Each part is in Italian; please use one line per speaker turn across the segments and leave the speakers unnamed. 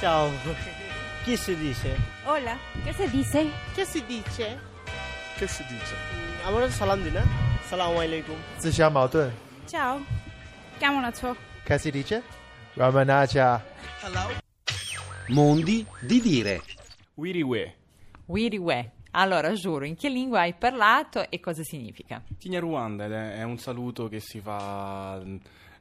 Ciao. Chi si dice?
Hola, ¿qué se dice?
Che si dice?
Che si dice?
আমরা তো সালাম দিই না সালাম আলাইকুম
自相矛盾，
Ciao. Chiamo la ciò.
开始理解。Ramanaja，
Mondi di dire.
Wiriwe,
Wiriwe. Allora, giuro, in che lingua hai parlato e cosa significa?
Tigna Ruanda ed è, è un saluto che si fa.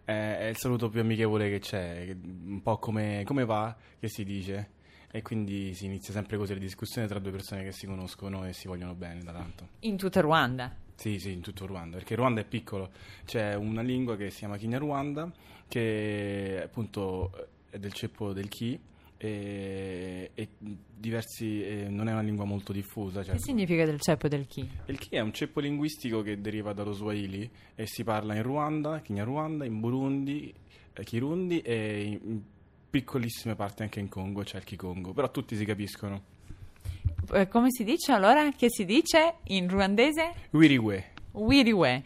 È, è il saluto più amichevole che c'è, che- un po' come, come va, che si dice. E quindi si inizia sempre così la discussione tra due persone che si conoscono e si vogliono bene da tanto.
In tutta Ruanda.
Sì, sì, in tutto Ruanda, perché Ruanda è piccolo. C'è una lingua che si chiama Kinyarwanda, che appunto è del ceppo del Chi e, e diversi, e non è una lingua molto diffusa. cioè-
Che significa del ceppo del chi?
Il Chi è un ceppo linguistico che deriva dallo Swahili e si parla in Ruanda, Kinyarwanda, in Burundi, eh, Kirundi e in in piccolissime parti anche in Congo, c'è il Kikongo, però tutti si capiscono.
Eh, Come si dice allora? Che si dice in ruandese?
Wiriwe.
Wiriwe.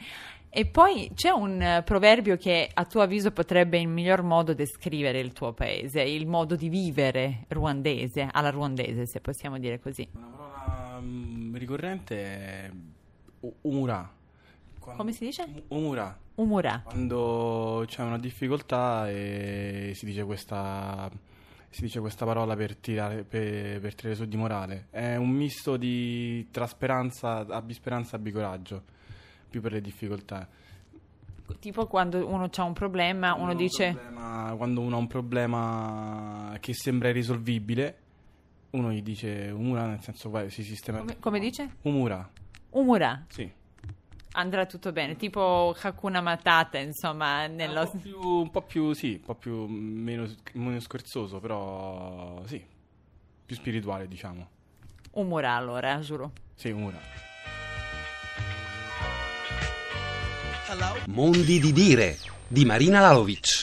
E poi c'è un eh, proverbio che a tuo avviso potrebbe in miglior modo descrivere il tuo paese, il modo di vivere ruandese, alla ruandese, se possiamo dire così.
Una parola mm, ricorrente è u- umura. Quando-
Come si dice?
U- Umura.
Umura.
Quando c'è una difficoltà e si dice questa, si dice questa parola per tirare, per, per tirare su di morale. È un misto di tra speranza, abbi speranza, abbi coraggio, più per le difficoltà.
Tipo quando uno ha un problema, Ah, uno
Quando
dice...
un problema- quando uno ha un problema che sembra irrisolvibile, uno gli dice umura, nel senso vai, si sistema.
Come, come dice?
Umura,
Umura.
sì.
Andrà tutto bene, tipo Hakuna Matata, insomma, nello...
Un po' più, un po' più, sì, un po' più meno, meno scherzoso, però sì, più spirituale, diciamo.
Umura allora, giuro.
Sì, Umura.
Mondi di dire. Di Marina Lalovic.